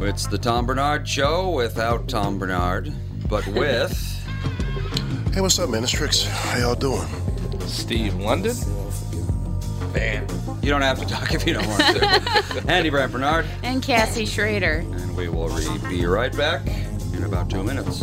It's the Tom Bernard Show without Tom Bernard, but with. Hey, what's up, Ministrix? How y'all doing? Steve London. Man, you don't have to talk if you don't want to. Andy Brad Bernard, And Cassie Schrader. and we will re- be right back in about two minutes.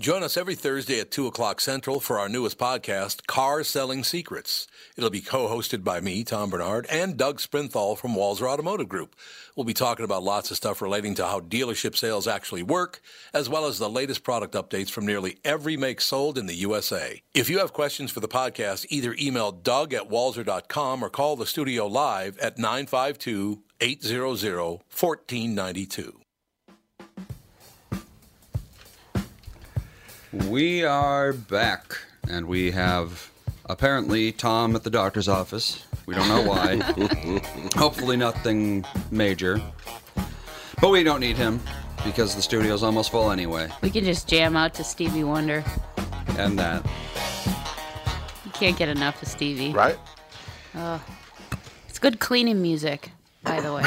Join us every Thursday at 2 o'clock Central for our newest podcast, Car Selling Secrets. It'll be co hosted by me, Tom Bernard, and Doug Sprinthal from Walzer Automotive Group. We'll be talking about lots of stuff relating to how dealership sales actually work, as well as the latest product updates from nearly every make sold in the USA. If you have questions for the podcast, either email doug at walzer.com or call the studio live at 952 800 1492. We are back, and we have apparently Tom at the doctor's office. We don't know why. Hopefully, nothing major. But we don't need him because the studio's almost full anyway, We can just jam out to Stevie Wonder. and that. You can't get enough of Stevie. Right? It's good cleaning music, by the way.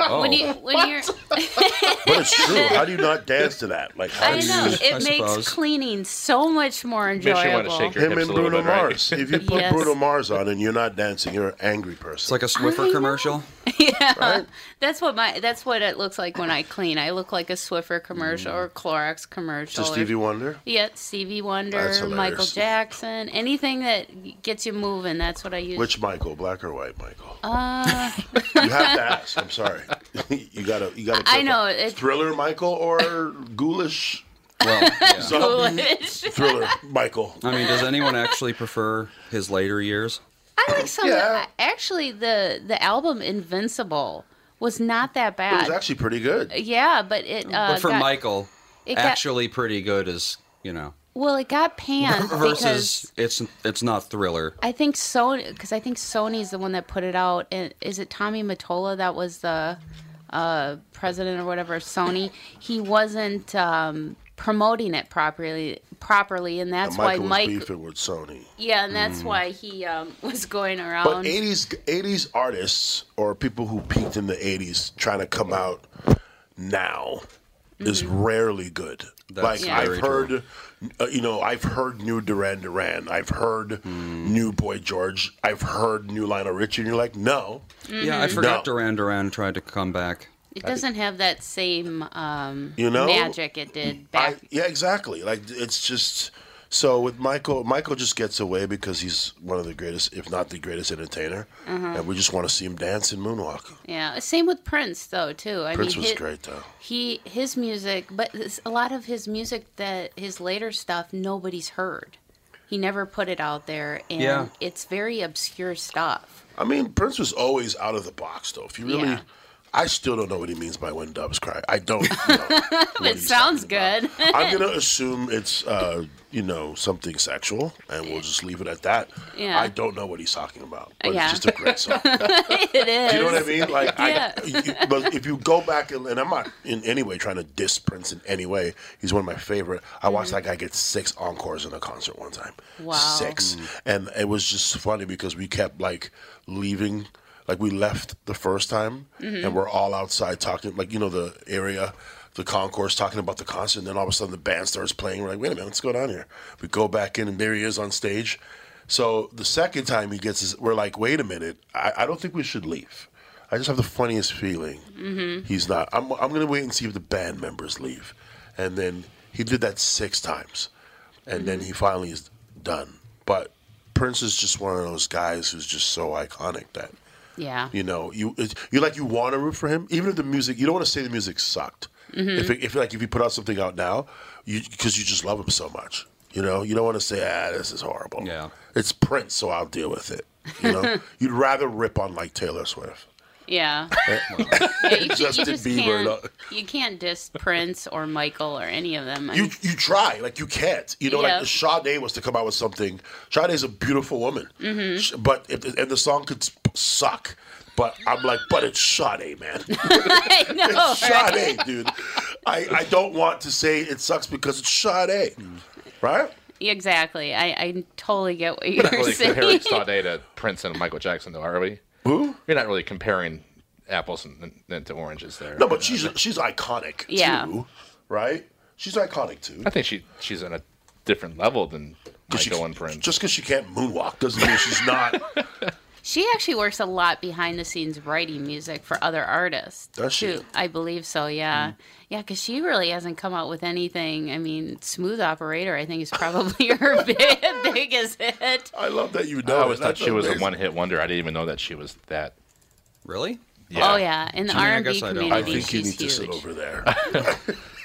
Oh, When you when you're But it's true. How do you not dance to that? Like, how I do you? know, it I makes suppose. cleaning so much more Makes you want enjoyable. to shake your Him hips and a little Bruno bit, right? Mars. If you put Yes. Bruno Mars on and you're not dancing, you're an angry person. it's like a Swiffer commercial. That's what my that's what it looks like when I clean. I look like a Swiffer commercial or Clorox commercial. to or- Stevie Wonder. Yeah, Stevie Wonder, That's hilarious. Michael Jackson, anything that gets you moving. That's what I use. Which Michael, black or white Michael? Uh... you have to ask. I'm sorry. you gotta, you gotta. I pick know, one. it- Thriller Michael or ghoulish Well, yeah. zombie Which- thriller Michael. I mean, does anyone actually prefer his later years? I like some. Yeah. Actually, the the album Invincible was not that It was bad. actually pretty good. yeah, but it. Uh, But for got- Michael, it got- actually pretty good is you know well, it got panned versus because it's it's not thriller. I think Sony because I think Sony's the one that put it out. And is it Tommy Mottola that was the uh, president or whatever of Sony? He wasn't um, promoting it properly properly, and that's And Michael why was Mike. beefing with Sony. Yeah, and Mm. that's why he um, was going But around. eighties eighties artists or people who peaked in the eighties trying to come out now is rarely good. That's like very I've heard, uh, you know, I've heard new Duran Duran, I've heard Hmm. new Boy George, I've heard new Lionel Richie, and you're like, no, Mm-hmm. Yeah, I forgot No. Duran Duran tried to come back. it doesn't have that same um, You know, magic it did I, back. yeah, exactly. Like it's just so with Michael. Michael just gets away because he's one of the greatest, if not the greatest, entertainer, and we just want to see him dance and moonwalk. yeah, same with Prince though too. I Prince mean, was hi- great though. He his music, but it's- a lot of his music that his later stuff nobody's heard. He never put it out there, and Yeah. it's very obscure stuff. I mean, Prince was always out of the box, though. If you really, Yeah. I still don't know what he means by "when doves cry." I don't. know what It he's sounds talking about. good. I'm gonna assume it's, uh, you know, something sexual, and we'll just leave it at that. Yeah. I don't know what he's talking about, but Yeah. it's just a great song. it is. Do you know what I mean? Like, Yeah. I, you, but if you go back and, and I'm not in any way trying to diss Prince in any way. He's one of my favorite. I Mm-hmm. watched that guy get six encores in a concert one time. Wow. Six, and it was just funny because we kept like leaving. Like we left the first time, and we're all outside talking, like you know the area, the concourse, talking about the concert. And then all of a sudden, the band starts playing. We're like, "Wait a minute, what's going on here?" We go back in, and there he is on stage. So the second time he gets, his, we're like, "Wait a minute, I, I don't think we should leave." I just have the funniest feeling. He's not. I'm, I'm going to wait and see if the band members leave. And then he did that six times. And then he finally is done. But Prince is just one of those guys who's just so iconic that, Yeah. you know, you it, you like you want to root for him, even if the music, you don't want to say the music sucked. If, it, if like if you put out something out now, you because you just love him so much, you know, you don't want to say ah this is horrible. Yeah. it's Prince, so I'll deal with it. You know, you'd rather rip on like Taylor Swift. Yeah. Yeah, you, ju- you Eh, Justin just Bieber and can't, all- you can't diss Prince or Michael or any of them. I you mean, you try like you can't you know Yeah. like if Sade was to come out with something Sade's a beautiful woman Mm-hmm. Sh- but if, and the song could s- suck but I'm like but it's Sade man I know, it's right? Sade dude I, I don't want to say it sucks because it's Sade right Exactly. I, I totally get what you're really comparing saying. Sade to Prince and Michael Jackson, though, are we? Who? You're not really comparing apples and, and to oranges there. no but she's she's iconic Yeah. too right she's iconic too I think she she's on a different level than 'Cause she- Michael and Prince. just because she can't moonwalk doesn't mean she's not She actually works a lot behind the scenes writing music for other artists. Does she? Hmm. too. I believe so, yeah. Yeah, because she really hasn't come out with anything. I mean, Smooth Operator, I think, is probably her big, biggest hit. I love that you know I always it. thought That's she was amazing. a one-hit wonder. I didn't even know that she was that. Really? Oh, yeah. In the mean, I R&B guess I don't. community, I think you she's need to huge. sit over there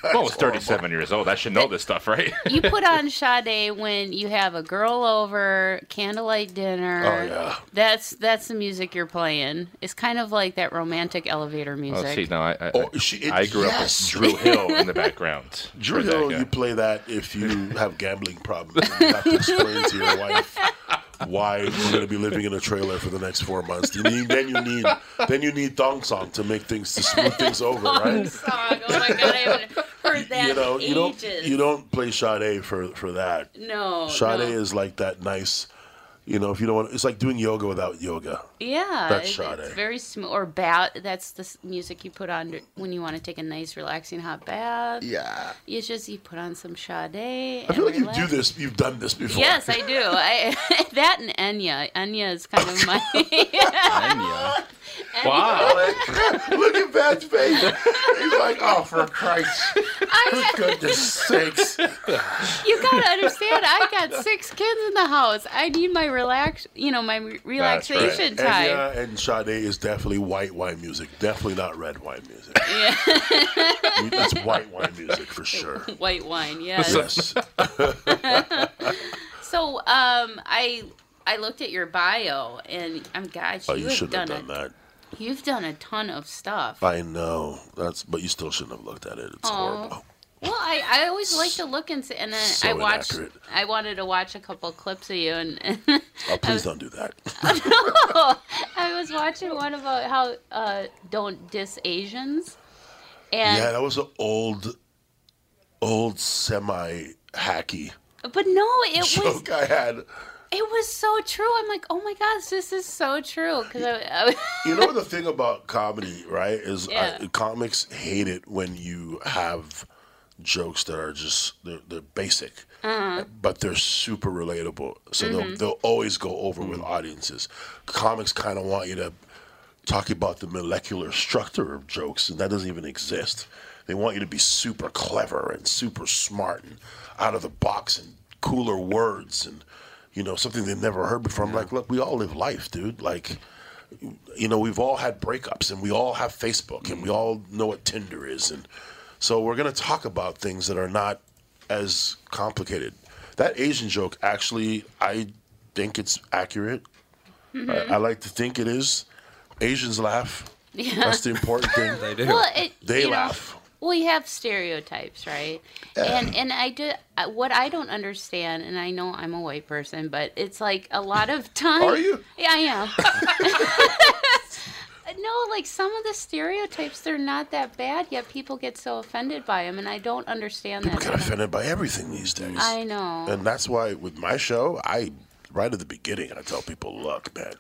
Well, I was 37 years old. I should know this stuff, right? you put on Sade when you have a girl over, candlelight dinner. Oh, yeah. That's that's the music you're playing. It's kind of like that romantic elevator Oh, music. see, no, I I, Oh, she- it- I grew yes. up with Drew Hill in the background. Drew for that Hill, guy. you play that if you have gambling problems. and You have to explain to your wife why you're going to be living in a trailer for the next four months. You need, then you need then you need thong song to make things to smooth things over, Song. right? Oh my god, I haven't heard that You know, in you don't ages. you don't play Sade for for that. no, Sade no. is like that nice, you know. If you don't want, it's like doing yoga without yoga. yeah, that's it- Sade. It's very smooth or bath. That's the s- music you put on when you want to take a nice, relaxing hot bath. Yeah, You just you put on some Sade. I feel like you do this. You've done this before. Yes, I do. I that and Enya. Enya is kind of my. Enya. Wow. Look at Pat's face. He's like, oh, for Christ's I, goodness sakes. you gotta understand. I got six kids in the house. I need my relax. You know, my re- That's right. relaxation And, time. yeah, and Sade is definitely white wine music. Definitely not red wine music. Yeah. That's white wine music for sure. White wine, yes. Yes. So, um, I I looked at your bio, and I'm gosh, Oh, you, you have shouldn't have done, done a, that. you've done a ton of stuff. I know. That's but you still shouldn't have looked at it. It's horrible. Oh, Well, I, I always like to look and see, and then So I watched. inaccurate. I wanted to watch a couple clips of you, and Oh, please don't do that. I was watching one about how uh, don't diss Asians, and yeah, that was an old old semi hacky But no, it was joke I had. it was so true. I'm like, oh my gosh, this is so true. Because I, I, You know the thing about comedy, right? Is Yeah. I, comics hate it when you have jokes that are just they're, they're basic, but they're super relatable. So they'll they'll always go over with audiences. Comics kind of want you to talk about the molecular structure of jokes, and that doesn't even exist. They want you to be super clever and super smart and out of the box and cooler words and you know something they've never heard before. I'm like, look, we all live life, dude. Like you know, we've all had breakups and we all have Facebook and we all know what Tinder is. And so we're going to talk about things that are not as complicated. That Asian joke, actually, I think it's accurate. Mm-hmm. I, I like to think it is. Asians laugh. That's the important thing. They do. well, it, They you know, laugh. we have stereotypes, right? And and I do I- what I don't understand, and I know I'm a white person, but it's like a lot of times. Are you? Yeah, I am. no, like some of the stereotypes, they're not that bad, yet people get so offended by them, and I don't understand People that. get offended by everything these days. I know. And that's why with my show, I right at the beginning, I tell people, look, man,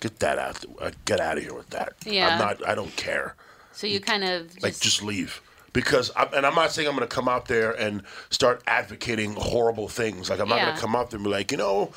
get that out, uh, get out of here with that. Yeah. I'm not. I don't care. so you kind of like just- just leave because I'm, and I'm not saying I'm going to come out there and start advocating horrible things. Like I'm not going Yeah. to come out there and be like, you know,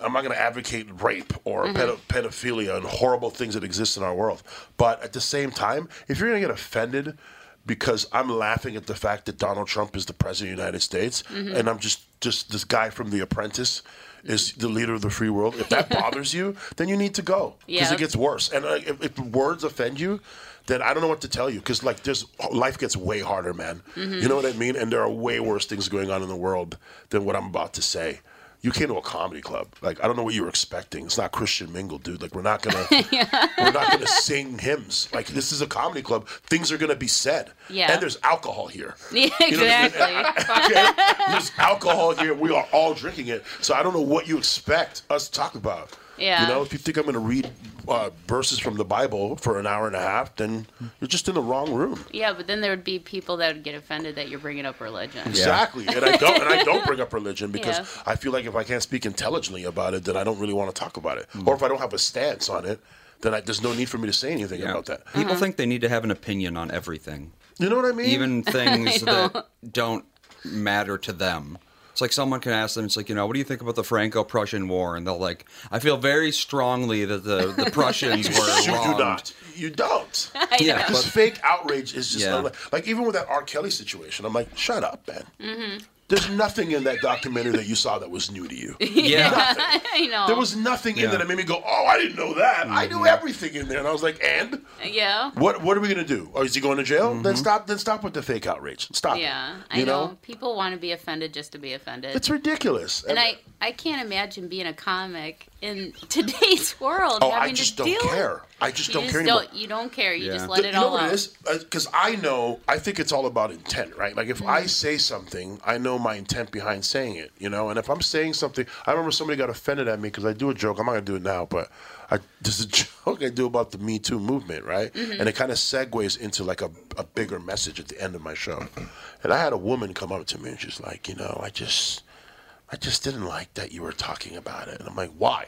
I'm not going to advocate rape or Mm-hmm. pedo- pedophilia and horrible things that exist in our world. But at the same time, if you're going to get offended because I'm laughing at the fact that Donald Trump is the president of the United States Mm-hmm. and I'm just just this guy from The Apprentice is the leader of the free world. If that bothers you, then you need to go because Yeah. it gets worse. And uh, if, if words offend you, then I don't know what to tell you because like there's life gets way harder, man. Mm-hmm. You know what I mean? And there are way worse things going on in the world than what I'm about to say. You came to a comedy club. Like I don't know what you were expecting. It's not Christian Mingle, dude. Like we're not gonna we're not gonna sing hymns. Like this is a comedy club. Things are gonna be said. Yeah. And there's alcohol here. Yeah, You know what I mean? exactly. okay? There's alcohol here. We are all drinking it. So I don't know what you expect us to talk about. Yeah. You know, if you think I'm going to read uh, verses from the Bible for an hour and a half, then you're just in the wrong room. Yeah, but then there would be people that would get offended that you're bringing up religion. Exactly. And I don't and I don't bring up religion because Yeah. I feel like if I can't speak intelligently about it, then I don't really want to talk about Mm. it. Or if I don't have a stance on it, then I, there's no need for me to say anything Yeah. about that. Uh-huh. People think they need to have an opinion on everything, You know what I mean? even things that don't matter to them. It's like someone can ask them, it's like, you know, what do you think about the Franco Prussian War? And they'll like, I feel very strongly that the, the Prussians you were wronged. do not. You don't. Yeah, Because but fake outrage is just Yeah. unlike- like, even with that R. Kelly situation, I'm like, shut up, man. Mm-hmm. There's nothing in that documentary that you saw that was new to you. yeah, I know. There was nothing in there that made me go, oh, I didn't know that. I Mm-hmm. knew everything in there, and I was like, and yeah. what? What are we gonna do? Oh, is he going to jail? Mm-hmm. Then stop. Then stop with the fake outrage. Stop. it. Yeah, I you know. People want to be offended just to be offended. It's ridiculous. and I, I can't imagine being a comic in today's world. oh, having I just to don't deal with- care. I just You don't just care anymore. don't. You don't care. You Yeah. just let Th- it you know all what out. it is because i know i think it's all about intent right like if Mm-hmm. i say something i know my intent behind saying it you know and if i'm saying something i remember somebody got offended at me because i do a joke i'm not going to do it now but I, there's a joke i do about the me too movement right Mm-hmm. and it kind of segues into like a, a bigger message at the end of my show and i had a woman come up to me and she's like you know i just i just didn't like that you were talking about it and i'm like why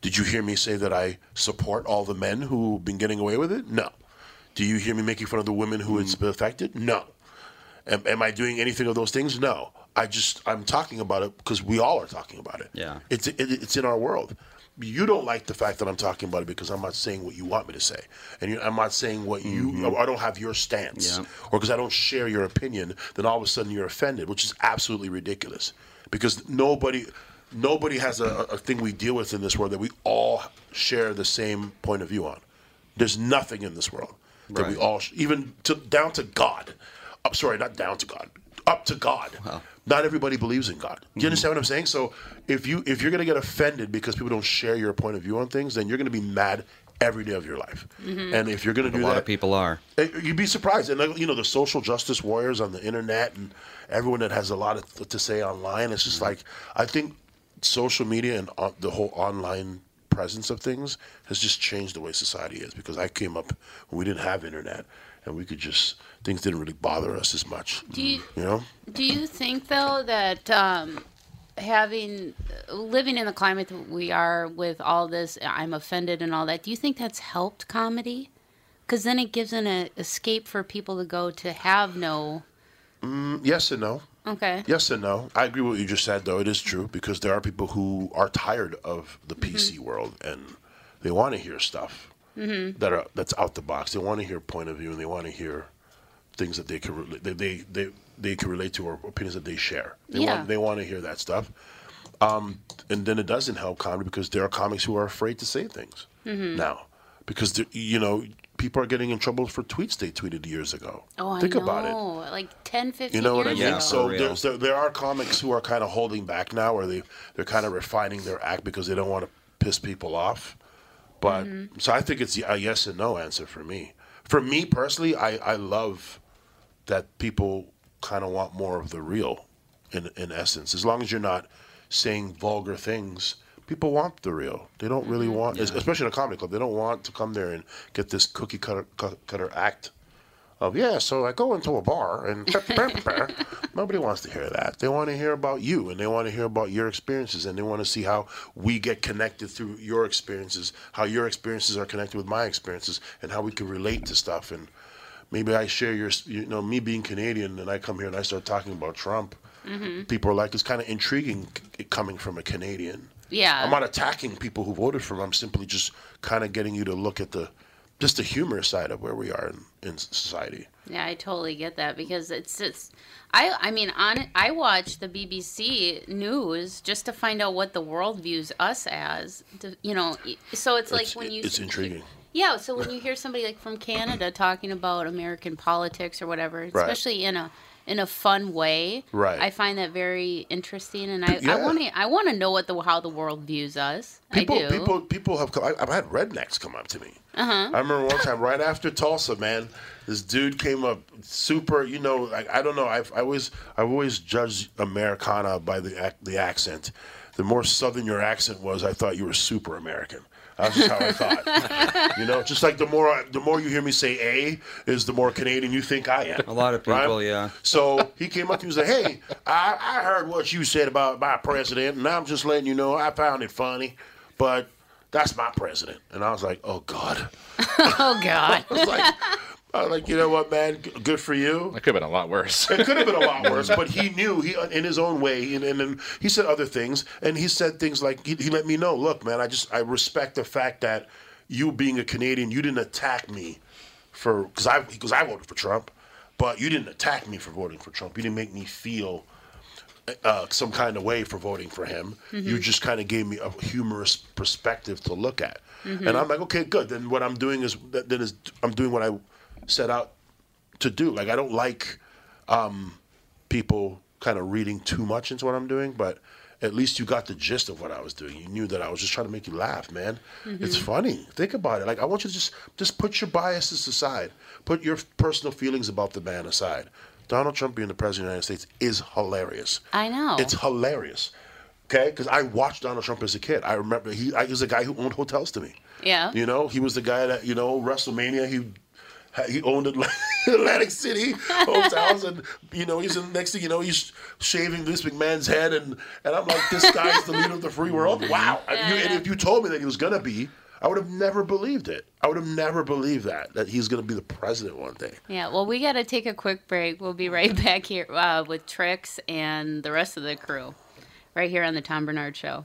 did you hear me say that I support all the men who've been getting away with it? No. Do you hear me making fun of the women who it's affected? No. Am, am I doing anything of those things? No. I just I'm talking about it because we all are talking about it. Yeah. It's it, it's in our world. You don't like the fact that I'm talking about it because I'm not saying what you want me to say, and you, I'm not saying what you. I don't have your stance, Mm-hmm. Yeah. or because I don't share your opinion. Then all of a sudden you're offended, which is absolutely ridiculous, because nobody, nobody has a, a thing we deal with in this world that we all share the same point of view on. There's nothing in this world that we Right. all, sh- even to, down to God. I'm sorry, not down to God, up to God. Not everybody believes in God. Mm-hmm. Do you understand what I'm saying? So if you if you're gonna get offended because people don't share your point of view on things, then you're gonna be mad every day of your life. And if you're gonna do Mm-hmm. a lot that, of people are. uh, You'd be surprised, and like, you know the social justice warriors on the internet and everyone that has a lot of, to say online. It's Mm-hmm. just like I think social media and on, the whole online presence of things has just changed the way society is. Because I came up when we didn't have internet, and and we could just things didn't really bother us as much. Do you- know? Do you think though that um, having living in the climate that we are with all this, I'm offended and all that. Do you think that's helped comedy? Because then it gives an a, escape for people to go to have no. Mm, yes and no. Okay. Yes and no. I agree with what you just said, though. It is true because there are people who are tired of the Mm-hmm. PC world and they want to hear stuff Mm-hmm. that are that's out the box. They want to hear point of view and they want to hear things that they can relate they they they, they can relate to or opinions that they share. They Yeah. want they want to hear that stuff. Um, and then it doesn't help comedy because there are comics who are afraid to say things Mm-hmm. Mhm. now because they're- you know people are getting in trouble for tweets they tweeted years ago. Oh, I Think know. about it. Like 10, 15 You know what I mean? years ago. so there's, there, there are comics who are kind of holding back now, or they they're kind of refining their act because they don't want to piss people off. But Mhm. so I think it's a yes and no answer for me. For me personally, I, I love that people kind of want more of the real, in in essence. As long as you're not saying vulgar things, people want the real. They don't really want, especially in a comedy club, they don't want to come there and get this cookie cutter cut- cutter act of Oh, yeah. So I go into a bar and nobody wants to hear that. They want to hear about you and they want to hear about your experiences and they want to see how we get connected through your experiences, how your experiences are connected with my experiences, and how we can relate to stuff. And maybe I share your, you know, me being Canadian and I come here and I start talking about Trump. Mm-hmm. People are like, it's kind of intriguing c- coming from a Canadian. Yeah. I'm not attacking people who voted for him. I'm simply just kind of getting you to look at the just the humorous side of where we are in, in society. Yeah, I totally get that because it's it's I I mean on I watch the BBC news just to find out what the world views us as, to, you know. e, So it's like when you it's intriguing. yeah, so when you hear somebody like from Canada talking about American politics or whatever, especially in a in a fun way, Right. I find that very interesting, and I Yeah. I want to I want to know what the how the world views us. People, I do. people, people have come. I, I've had rednecks come up to me. uh-huh. I remember one time right after Tulsa, man, this dude came up super. You know, like I don't know. I've I always I've always judged Americana by the ac- the accent. The more southern your accent was, I thought you were super American. That's just how I thought. you know, just like the more I, the more you hear me say "a" is the more Canadian you think I am. A lot of people, Right? yeah. So he came up to me and said, "Hey, I, I heard what you said about my president, and I'm just letting you know I found it funny, but that's my president." And I was like, "Oh God." oh God. I was like, I was like, you know what, man? G- Good for you. It could have been a lot worse. It could have been a lot worse, but he knew he uh, in his own way, and, and, and he said other things, and he said things like he, he let me know, look, man, I just I respect the fact that you being a Canadian, you didn't attack me for because I because I voted for Trump, but you didn't attack me for voting for Trump. You didn't make me feel uh, some kind of way for voting for him. Mhm. You just kind of gave me a humorous perspective to look at, Mhm. and I'm like, okay, good. Then what I'm doing is then is I'm doing what I set out to do. Like I don't like um, people kind of reading too much into what I'm doing, but at least you got the gist of what I was doing. You knew that I was just trying to make you laugh, man. Mm-hmm. It's Mhm. funny. Think about it. Like I want you to just just put your biases aside, put your personal feelings about the man aside. Donald Trump being the president of the United States is hilarious. I know. It's hilarious. Okay, because I watched Donald Trump as a kid. I remember he, I, he was the guy who owned hotels to me. yeah. You know, he was the guy that you know WrestleMania. He he owned Atl- Atlantic City hotels, and you know he's in the next thing you know he's shaving this McMahon's head, and and I'm like, this guy's the leader of the free Mm-hmm. world. Wow! Yeah, you, And yeah. if you told me that he was gonna be, I would have never believed it. I would have never believed that that he's gonna be the president one day. Yeah, well, we got to take a quick break. We'll be right back here uh, with Trix and the rest of the crew right here on the Tom Bernard Show.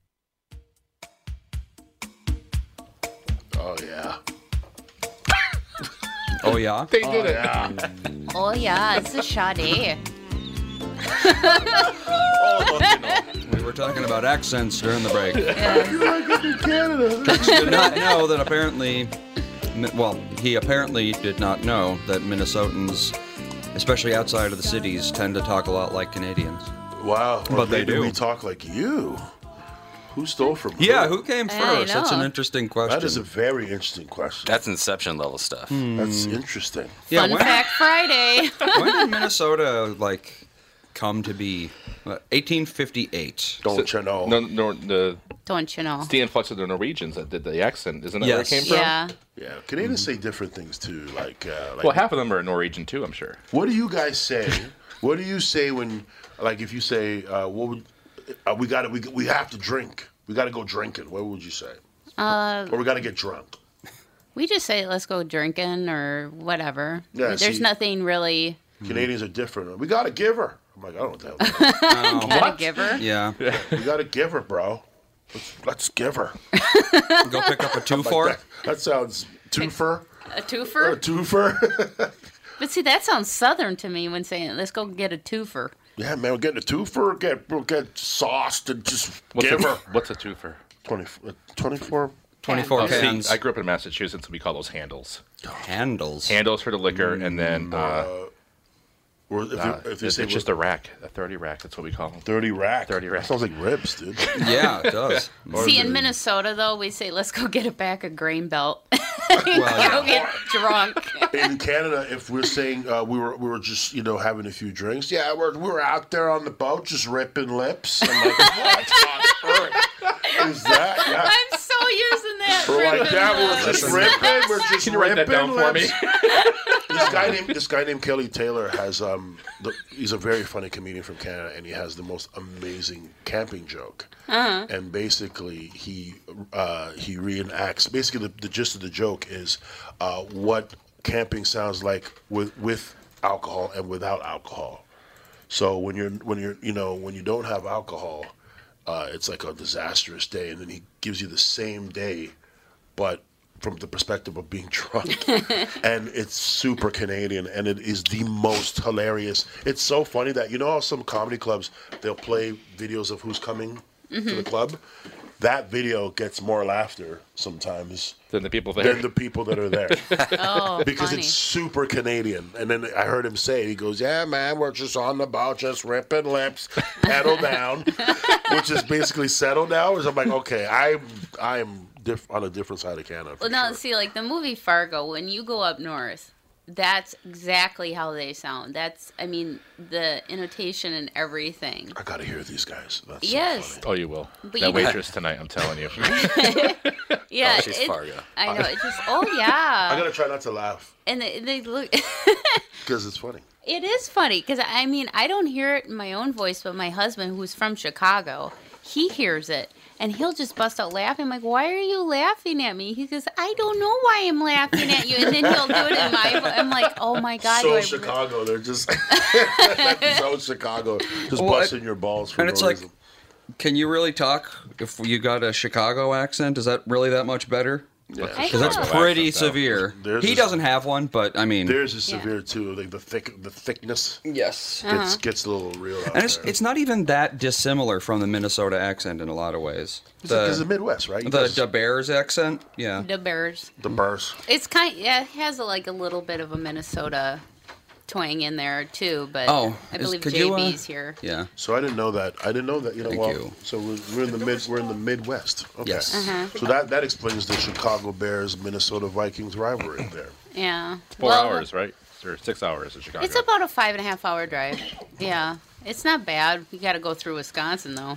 Oh yeah. Oh yeah. They did it. Oh yeah, it's a Sade. We were talking about accents during the break. Trix did Canada. not know that apparently, well, he apparently did not know that Minnesotans, especially outside of the cities, tend to talk a lot like Canadians. Wow. But they maybe do. We talk like you. Who stole from? Yeah, who came I first? That's an know. interesting question. That is a very interesting question. That's Inception level stuff. That's Mm. interesting. Yeah, Fun when, fact Friday. when did Minnesota like come to be? Uh, 1858. Don't you know? No, no, the, Don't you know? it's the influx of the Norwegians that did the accent. Isn't that Yes. where it came from? Yeah. Yeah, Canadians Mm-hmm. say different things too. Like, uh, like Well, half of them are Norwegian too, I'm sure. What do you guys say? what do you say when, like, if you say, uh, "What would uh, we got? to We we have to drink. We got to go drinking." What would you say? Uh, Or we got to get drunk. we just say let's go drinking or whatever. Yeah, There's see- nothing really. hmm. Canadians are different. We got to give her. I'm like, I don't know what the hell. Gotta give her. Yeah. we got to give her, bro. Let's, let's give her. Go pick up a two for that, that sounds twofer. A A twofer? twofer. But see, that sounds southern to me when saying let's go get a twofer. yeah, man, we're getting a twofer. Get we'll get sauced and just What's give a, her. What's a twofer? 20, uh, 24 Oh, see, cans. I grew up in Massachusetts, and we call those handles. Handles. Handles for the liquor, and then uh, Or Mm, if, you- uh, if you it's say it's just a rack, a thirty rack. That's what we call them. Thirty rack. Thirty rack. Sounds like ribs, dude. Yeah, it does. See, in Minnesota though, we say let's go get a pack of grain belt. Oh, go get drunk. in Canada, if we're saying uh, we were we were just you know having a few drinks, yeah, we're we were out there on the boat just ripping lips. I'm like, what on earth is that? Yeah. I'm so using that. We're like ribbon that. look. We're just ripping. We're just Can you write that ripping down for me? lips. this guy named this guy named Kelly Taylor has um the, he's a very funny comedian from Canada and he has the most amazing camping joke. Uh-huh. And basically he uh, he reenacts basically the, the gist of the joke is uh, what camping sounds like with with alcohol and without alcohol. So when you're when you're you know when you don't have alcohol, uh, it's like a disastrous day, and then he gives you the same day, but from the perspective of being drunk, and it's super Canadian, and it is the most hilarious. It's so funny that you know how some comedy clubs they'll play videos of who's coming to the Mhm. club. That video gets more laughter sometimes than the people there. Than the people that are there Oh, because funny. it's super Canadian. And then I heard him say it. He goes, "Yeah, man, we're just on the boat, just ripping lips, pedal down," which is basically settle down. So I'm like, okay, I'm I'm diff- on a different side of Canada. Well, now see, like the movie Fargo, when you go up north, that's exactly how they sound. That's, I mean, the annotation and everything. I gotta hear these guys. That's so Yes. Oh, you will. But that you- waitress tonight, I'm telling you. Yeah, Oh, she's it- Fargo. I know. It just, oh yeah. I gotta try not to laugh and they, they look. because it's funny. It is funny because I mean I don't hear it in my own voice, but my husband, who's from Chicago, he hears it and he'll just bust out laughing. like, why are you laughing at me? He says, I don't know why I'm laughing at you, and then he'll do it in my. vo- I'm like, oh my god, do so I- Chicago, they're just so Chicago, just Well, I- busting your balls for and no it's like, reason. can you really talk if you got a Chicago accent? Is that really that much better? Because that's pretty severe. he doesn't have one, but I mean, Theirs is severe too. Like the thick, the thickness. Yes, gets Uh-huh. gets a little real. out and it's, there. it's not even that dissimilar from the Minnesota accent in a lot of ways. It's the, the Midwest, right? You the guys- Da Bears accent, yeah, The Bears. the Bears. It's kind. Yeah, it has a, like a little bit of a Minnesota twang in there too, but Oh, I is- believe could you, uh, JB's here. Yeah. So I didn't know that. I didn't know that. You know, Thank well, you. so we're, we're in the mid. We're in the Midwest. Okay. Yes. Uh-huh. So that that explains the Chicago Bears Minnesota Vikings rivalry there. Yeah. Four Well, hours, right? Or six hours in Chicago. It's about a five and a half hour drive. Yeah, it's not bad. We got to go through Wisconsin though.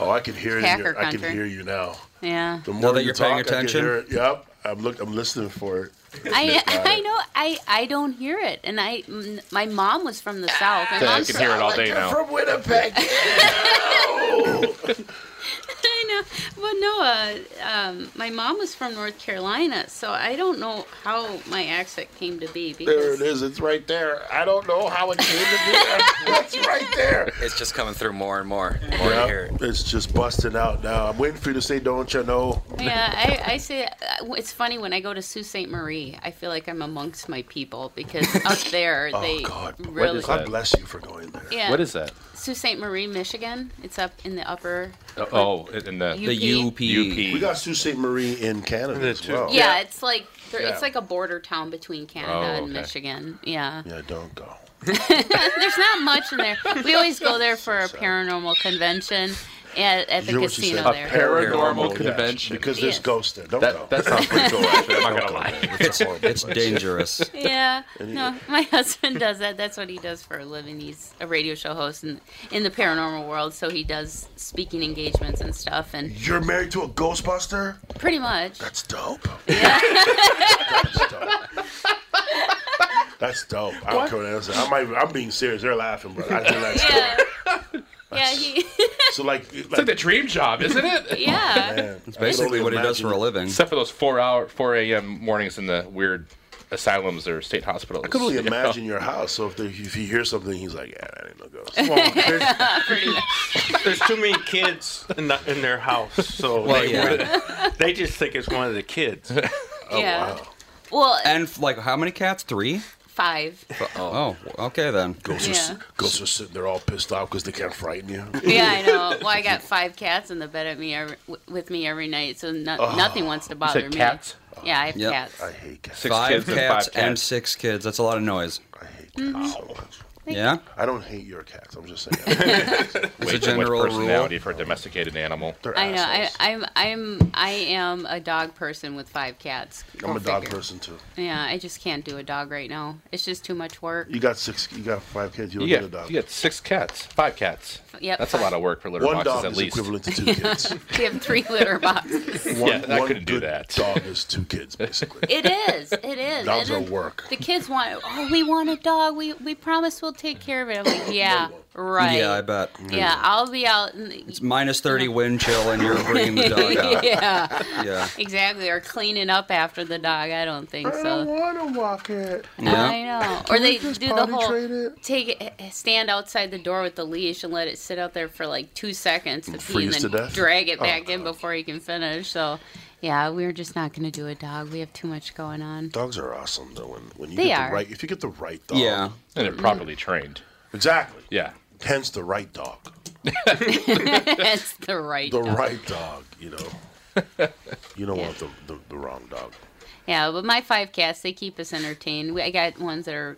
Oh, I can hear Hacker you. I can country. hear you now. Yeah. The Now more that you you're paying talk, I can attention? hear it. Yep. I'm look. I'm listening for it. I Got I know I I don't hear it, and I m- my mom was from the south. My Yeah, I mom's can hear it all day now. From Winnipeg. I know, but no, uh, um, my mom was from North Carolina, so I don't know how my accent came to be There because it is. It's right there. I don't know how it came to be. there. That's right there. It's just coming through more and more. The More you hear Yep. It's just busting out now. I'm waiting for you to say, "Don't you know?" yeah, I, I say uh, it's funny when I go to Sault Ste. Marie, I feel like I'm amongst my people because up there Oh, they God. What really is God that? bless you for going there. Yeah. What is that? Sault Ste. Marie, Michigan. It's up in the upper. Oh, in the The UP. UP. We got Sault Ste. Marie in Canada as well. yeah, it's like there- Yeah. it's like a border town between Canada Oh, and okay. Michigan. Yeah. Yeah, don't go. There's not much in there. We always go there for a paranormal convention at, at the Hear what you casino said. there. paranormal yes, convention. because there's Yes. ghosts there. Don't That- go. that sounds pretty cool, actually. I'm not gonna lie. It's, it's dangerous. Yeah. And he- No, my husband does that. That's what he does for a living. He's a radio show host in in the paranormal world, so he does speaking engagements and stuff and You're married to a Ghostbuster? pretty much. That's dope. That's dope. I don't What? care what else. I might, I'm being serious. They're laughing, but I feel like yeah. Yeah, he so. Like, like it's like the dream job, isn't it? Yeah. It's basically what he does for a living. Except for those four hour, four a.m. mornings in the weird asylums or state hospitals. I could only you know? imagine your house. So if, they, if you hear something, he's like, "Yeah, that ain't no ghost." There's too many kids in, the, in their house, so Well, they, yeah. they just think it's one of the kids. yeah. Well, And like, how many cats? Three. five. Oh, okay then. Ghosts, Yeah. are, ghosts are sitting there all pissed off because they can't frighten you. Yeah, I know. Well, I got five cats in the bed at me every, w- with me every night, so no, Oh. nothing wants to You bother said me. cats? Yeah, I have Yep. cats. hate cats. Six five kids and cats five and cats. six kids. That's a lot of noise. Mhm. Yeah. I don't hate your cats. I'm just saying. It's Way a too much general personality rule. for a domesticated animal. I know. I, I'm. I'm. I am a dog person with five cats. Go I'm a dog figure. person too. Yeah, I just can't do a dog right now. It's just too much work. You got six. You got five kids. You, You don't get, need a dog. you get six cats, five cats. Yep. That's a lot of work for litter One boxes dog at is least. equivalent to two kids. we have three litter boxes. yeah, I couldn't do good that. Dog is two kids basically. It is. It is. Dogs And are then work. The kids want. Oh, we want a dog. We we promise we'll take care of it. I'm like, yeah, right. Yeah, I bet. Yeah, I'll be out. In, It's minus thirty wind chill, and you're bringing the dog out. yeah. Yeah. Exactly. Or cleaning up after the dog. I don't think I so. don't want to walk it. I know. Can Or we they just do the potty whole train it? take it, stand outside the door with the leash and let it sit out there for like two seconds to pee and Freeze then to death? drag it Oh, back in before he can finish. So, yeah, we're just not going to do a dog. We have too much going on. Dogs are awesome though. When when you They get are. the right, if you get the right dog, Yeah. And they're properly trained. Exactly. Yeah. Hence the right dog. That's the right. the dog. right dog. You know. You don't want the, the the wrong dog. Yeah, but my five cats, they keep us entertained. We, I got ones that are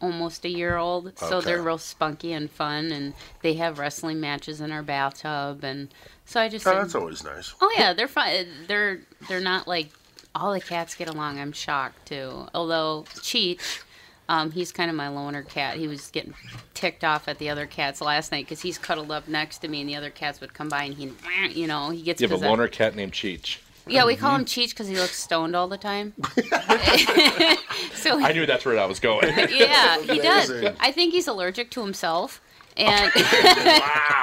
almost a year old, so Okay. they're real spunky and fun, and they have wrestling matches in our bathtub, and so I just. Oh, that's always nice. Oh yeah, they're fun. They're they're not like all the cats get along. I'm shocked too. Although Cheech, um, he's kind of my loner cat. He was getting ticked off at the other cats last night because he's cuddled up next to me, and the other cats would come by and he, you know, he gets. You have a possessed. loner cat Mm-hmm. named Cheech. Yeah, we call him Cheech because he looks stoned all the time. so I knew that's where I was going. yeah, he does. Amazing. I think he's allergic to himself. And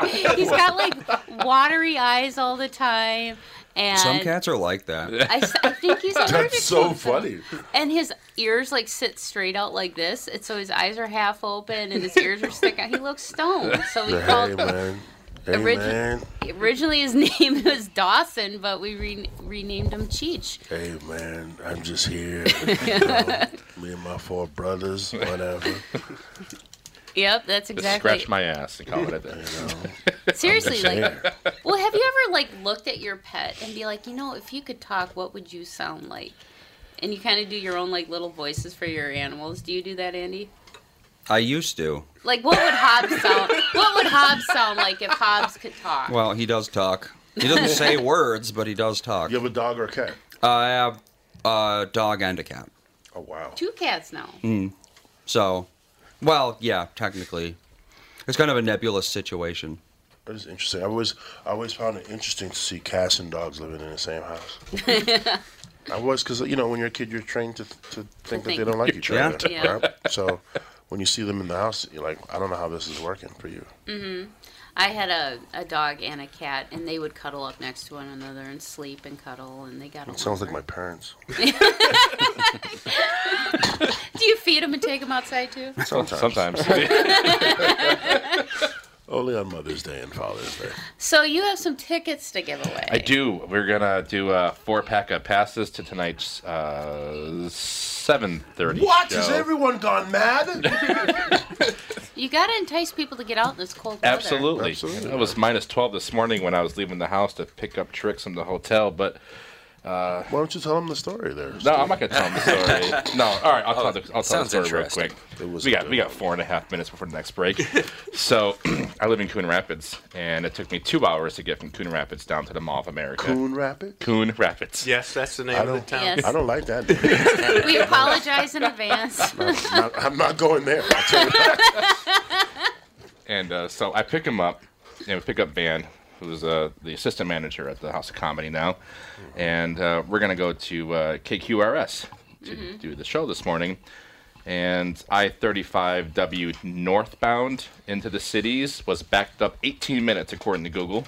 he's got like watery eyes all the time. And Some cats are like that. I, s- I think he's allergic That's to so himself. funny. And his ears like sit straight out like this. And so his eyes are half open and his ears are sticking out. He looks stoned. So we hey called man, Orig- Amen. originally, his name was Dawson, but we re- renamed him Cheech. Hey man, I'm just here. Me and my four brothers, whatever. Yep, that's exactly. my ass and call it a day. Seriously, I'm like, just well, have you ever like looked at your pet and be like, you know, if you could talk, what would you sound like? And you kind of do your own like little voices for your animals. Do you do that, Andy? I used to. Like, what would Hobbs sound? What would Hobbs sound like if Hobbs could talk? Well, he does talk. He doesn't say words, but he does talk. You have a dog or a cat? I have a dog and a cat. Oh wow. Two cats now. Mm. So, well, yeah, technically, it's kind of a nebulous situation. That is interesting. I always, I always found it interesting to see cats and dogs living in the same house. I was because you know when you're a kid, you're trained to to think that they think. don't like You're each other. trained. Yeah. right? So when you see them in the house, you're like, I don't know how this is working for you. hmm I had a, a dog and a cat, and they would cuddle up next to one another and sleep and cuddle, and they got along. It sounds like my parents. Do you feed them and take them outside too? Sometimes. Only on Mother's Day and Father's Day. so you have some tickets to give away. I do. We're gonna do a four pack of passes to tonight's uh, seven thirty. What has everyone gone mad? You got to entice people to get out in this cold weather. Absolutely. Absolutely. It was minus 12 this morning when I was leaving the house to pick up tricks from the hotel, but. Uh, Why don't you tell them the story there? No, I'm not going to tell them the story. no, all right, I'll tell the, I'll tell sounds the story real interesting. quick. We got, we got four and a half minutes before the next break. so I live in Coon Rapids, and it took me two hours to get from Coon Rapids down to the Mall of America. Coon Rapids? Coon Rapids. Yes, that's the name I of the don't- town. Yes. I don't like that. We apologize in advance. I'm not, I'm not going there. I'll tell you that. And uh, so I pick him up, and we pick up Van, who's uh, the assistant manager at the House of Comedy now. And uh, we're going to go to uh, KQRS to Mhm. do the show this morning. And I 35W northbound into the cities was backed up 18 minutes, according to Google.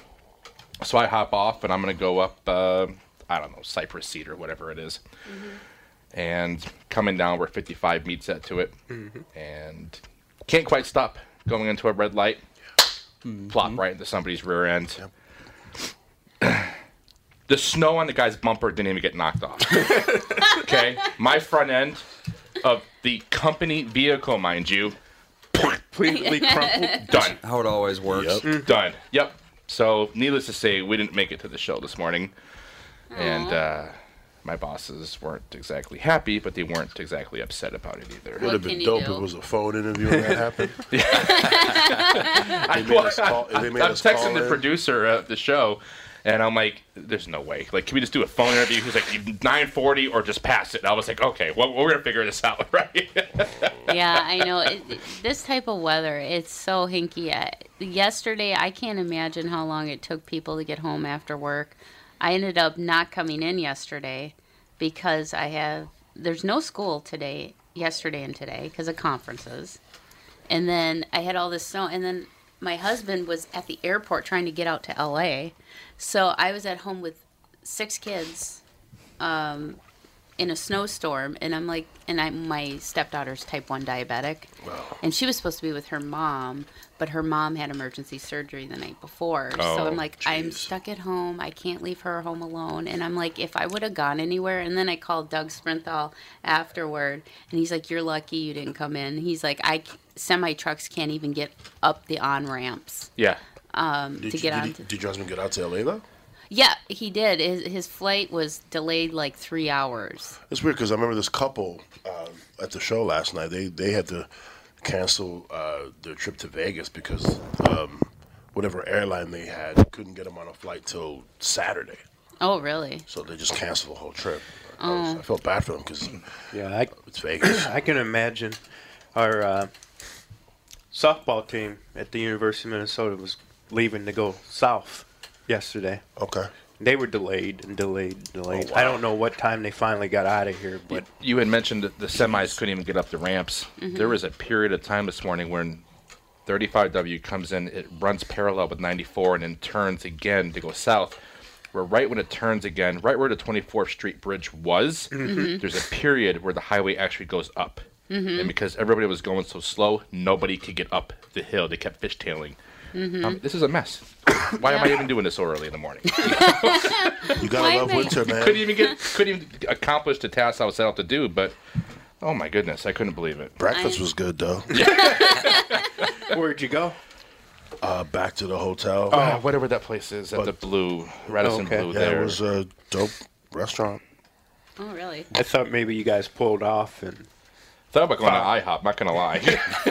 So I hop off, and I'm going to go up, uh, I don't know, Cypress Seat or whatever it is. And coming down where 55 meets that to it and can't quite stop going into a red light. Plop right into somebody's rear end. the snow on the guy's bumper didn't even get knocked off. okay, my front end of the company vehicle, mind you, completely crumpled. Done. How it always works. Done. Yep. So, needless to say, we didn't make it to the show this morning, and uh, my bosses weren't exactly happy, but they weren't exactly upset about it either. It would have been dope if it was a phone interview and that happened. I, They made us call- they made I was us call texting the in. producer of the show, and I'm like, "There's no way. Like, can we just do a phone interview?" He's like, "9:40 or just pass it." And I was like, "Okay, well, we're gonna figure this out, right?" yeah, I know. It, it- this type of weather, it's so hinky. I, yesterday, I can't imagine how long it took people to get home after work. I ended up not coming in yesterday because I have there's no school today, yesterday and today because of conferences. And then I had all this snow and then my husband was at the airport trying to get out to LA. So I was at home with six kids. Um, in a snowstorm and I'm like and I my stepdaughter's type 1 diabetic and she was supposed to be with her mom but her mom had emergency surgery the night before so Oh, I'm like I'm stuck at home I can't leave her home alone and I'm like if I would have gone anywhere and then I called Doug Sprinthal afterward and he's like you're lucky you didn't come in he's like I semi trucks can't even get up the on ramps yeah. um, to you, get did, on you- did your husband get out to LA though? yeah he did his, his flight was delayed like 3 hours It's weird because I remember this couple um, at the show last night. They they had to cancel uh, their trip to Vegas because um, whatever airline they had couldn't get them on a flight till Saturday, oh really so they just canceled the whole trip. Oh. I felt bad for them because Yeah, I, it's Vegas. I can imagine our uh, softball team at the University of Minnesota was leaving to go south yesterday. Okay. They were delayed and delayed and delayed. wow. I don't know what time they finally got out of here, but You had mentioned that the semis couldn't even get up the ramps. Mhm. There was a period of time this morning when 35W comes in, it runs parallel with 94 and then turns again to go south. Where right when it turns again, right where the 24th Street Bridge was, Mhm. there's a period where the highway actually goes up. Mhm. And because everybody was going so slow, nobody could get up the hill. They kept fishtailing. Mhm. Um, this is a mess. Why am I even doing this so early in the morning? you gotta Why love am I- winter, man. Couldn't even get, couldn't even accomplish the task I was set out to do, but oh my goodness, I couldn't believe it. Breakfast was good though. Where'd you go? Uh, back to the hotel. Oh, whatever that place is at the Blue Radisson Blue. Yeah, there it was a dope restaurant. Oh, really? I thought maybe you guys pulled off and thought about going to IHOP. Not gonna lie.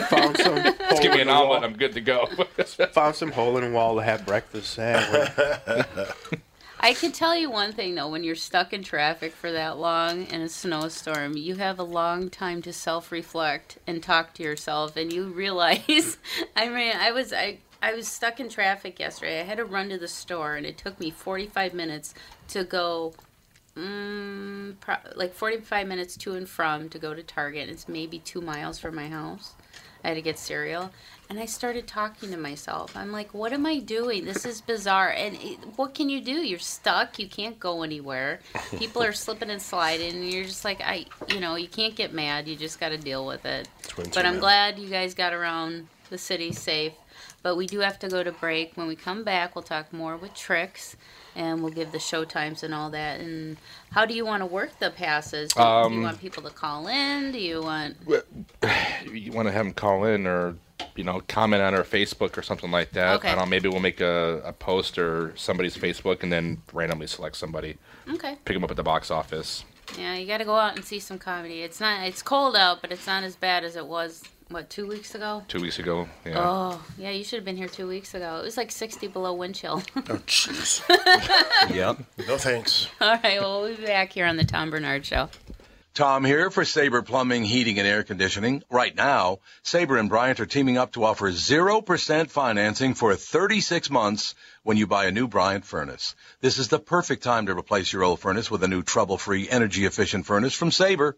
found some. Just give me an omelet. I'm good to go. found some hole in the wall to have breakfast at. I can tell you one thing though, when you're stuck in traffic for that long in a snowstorm, you have a long time to self-reflect and talk to yourself, and you realize. I mean, I was I I was stuck in traffic yesterday. I had to run to the store, and it took me 45 minutes to go. Mm, pro- like 45 minutes to and from to go to Target. It's maybe two miles from my house. I had to get cereal. And I started talking to myself. I'm like, what am I doing? This is bizarre. And it, what can you do? You're stuck. You can't go anywhere. People are slipping and sliding. And you're just like, I, you know, you can't get mad. You just got to deal with it. Twins but are I'm mad. glad you guys got around the city safe. But we do have to go to break. When we come back, we'll talk more with Tricks and we'll give the show times and all that. And how do you want to work the passes? Do, do you Um, want people to call in? Do you want. you want to have them call in or you know comment on our Facebook or something like that. Okay. I don't know. Maybe we'll make a, a post or somebody's Facebook and then randomly select somebody. Okay. Pick them up at the box office. Yeah, you got to go out and see some comedy. It's not. It's cold out, but it's not as bad as it was. What two weeks ago? Two weeks ago. Yeah. Oh, yeah. You should have been here two weeks ago. It was like sixty below wind chill. Oh, jeez. yep. No thanks. All right. Well, we'll be back here on the Tom Bernard Show. Tom here for Sabre Plumbing, Heating, and Air Conditioning. Right now, Sabre and Bryant are teaming up to offer 0% financing for 36 months when you buy a new Bryant furnace. This is the perfect time to replace your old furnace with a new trouble-free, energy-efficient furnace from Sabre.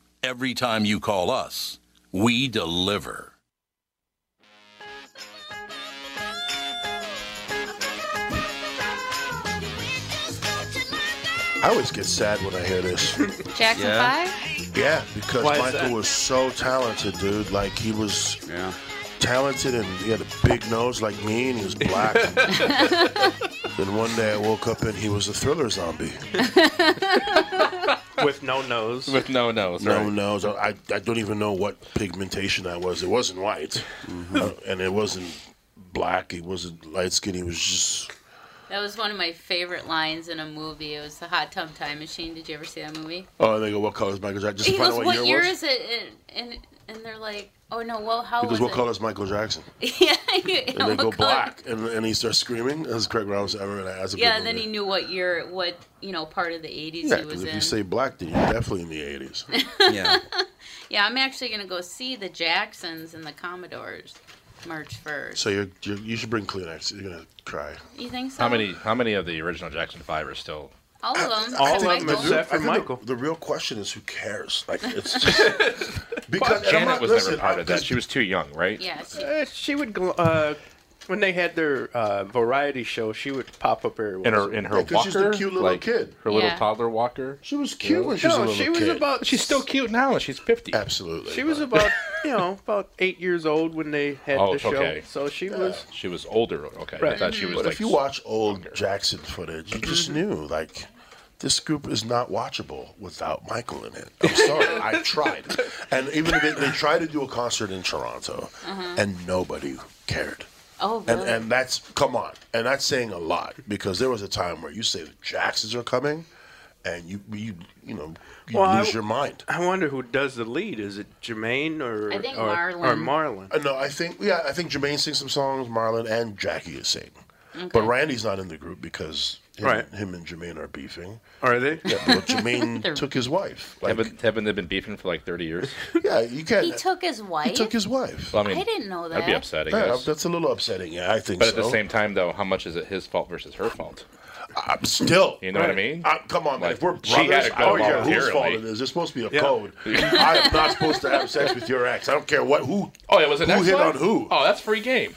Every time you call us, we deliver. I always get sad when I hear this. Jackson Yeah. Five. Yeah, because Why is that? Michael was so talented, dude. Like he was talented, and he had a big nose like me, and he was black. then one day I woke up and he was a thriller zombie. With no nose. With no nose. No right. nose. I, I don't even know what pigmentation I was. It wasn't white, Mm-hmm. Uh, and it wasn't black. It wasn't light skin. He was just That was one of my favorite lines in a movie. It was the Hot Tub Time Machine. Did you ever see that movie? oh, and they go, "What color is Michael Jackson?" Just to he find goes, out what, "What year, it year was. is it?" And, and and they're like, "Oh no, well, how He goes, was "What it?" color is Michael Jackson?" yeah, yeah, And they go what color? black, and, and he starts screaming. That's Craig Rounds ever. And that's a good Yeah, and then movie. he knew what year, what you know, part of the '80s Yeah, he was because if in. you say black, then you're definitely in the eighties. yeah. Yeah, I'm actually gonna go see the Jacksons and the Commodores March first. So you're, you're you should bring Kleenex. You're gonna cry. You think so? How many? How many of the original Jackson Five are still? All of them. I think- I think the- Michael. The, real question is who cares? Like it's just because and I'm Janet not- was listen, never part I- of that. She was too young, right? Yes. Uh, she would go. Uh, when they had their uh, variety show, she would pop up every In once her in her walker, like, her little toddler walker. She was cute when she was a no, little she was kid. about. She's still cute now, and she's fifty. Absolutely. She was about you know, about eight years old when they had Oh, the show. okay. So she was. She was older. Okay, I thought she was but like if you watch old Jackson footage, you Mm-hmm. just knew like this group is not watchable without Michael in it. I'm sorry, I tried, and even if it, they tried to do a concert in Toronto, Uh-huh. and nobody cared. Oh, And really? and that's come on, and that's saying a lot because there was a time where you say the Jacksons are coming, and you you you know you Well, I- lose your mind. I wonder who does the lead. Is it Jermaine or I think or, or Marlon. Marlon? Uh, no, I think yeah, I think Jermaine sings some songs. Marlon and Jackie is singing, Okay. but Randy's not in the group because him, Right. him and Jermaine are beefing. Are they? Yeah, but Jermaine took his wife. haven't, haven't they been beefing for like 30 years? yeah, you can't. He took his wife. He took his wife. Well, I mean, I didn't know that. That'd be upsetting. Yeah, that's a little upsetting. Yeah, I think. But at the so. same time, though, how much is it his fault versus her fault? I'm still. You know what I mean? Uh, come on, man. If we're brothers, she had to I go don't care whose fault voluntarily. it is. There's supposed to be a code. I am not supposed to have sex with your ex. I don't care what who. Oh, it was an who ex hit on wife? who. Oh, that's free game.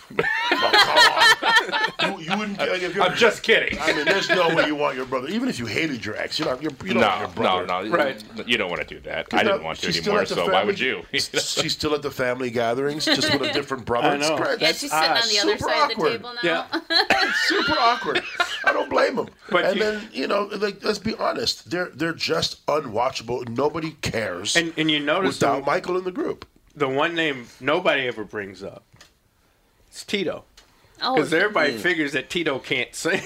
you, you wouldn't. Like, if you're- I'm just kidding. I mean, there's no way you want your brother, even if you hated your ex. You're not. You're, you don't want no, your no, brother. no, You don't want to do that. I didn't want to She's still anymore. at the So why family- would you? She's still at the family gatherings, just with a different brother. I It's know. great. Yeah, she's sitting on the other Ah, super side awkward. of the table now. super awkward. I don't blame them. and then you know, like let's be honest, they're they're just unwatchable. Nobody cares. And and you notice without the, Michael in the group, the one name nobody ever brings up. It's Tito. Oh, Because everybody Mm. figures that Tito can't sing.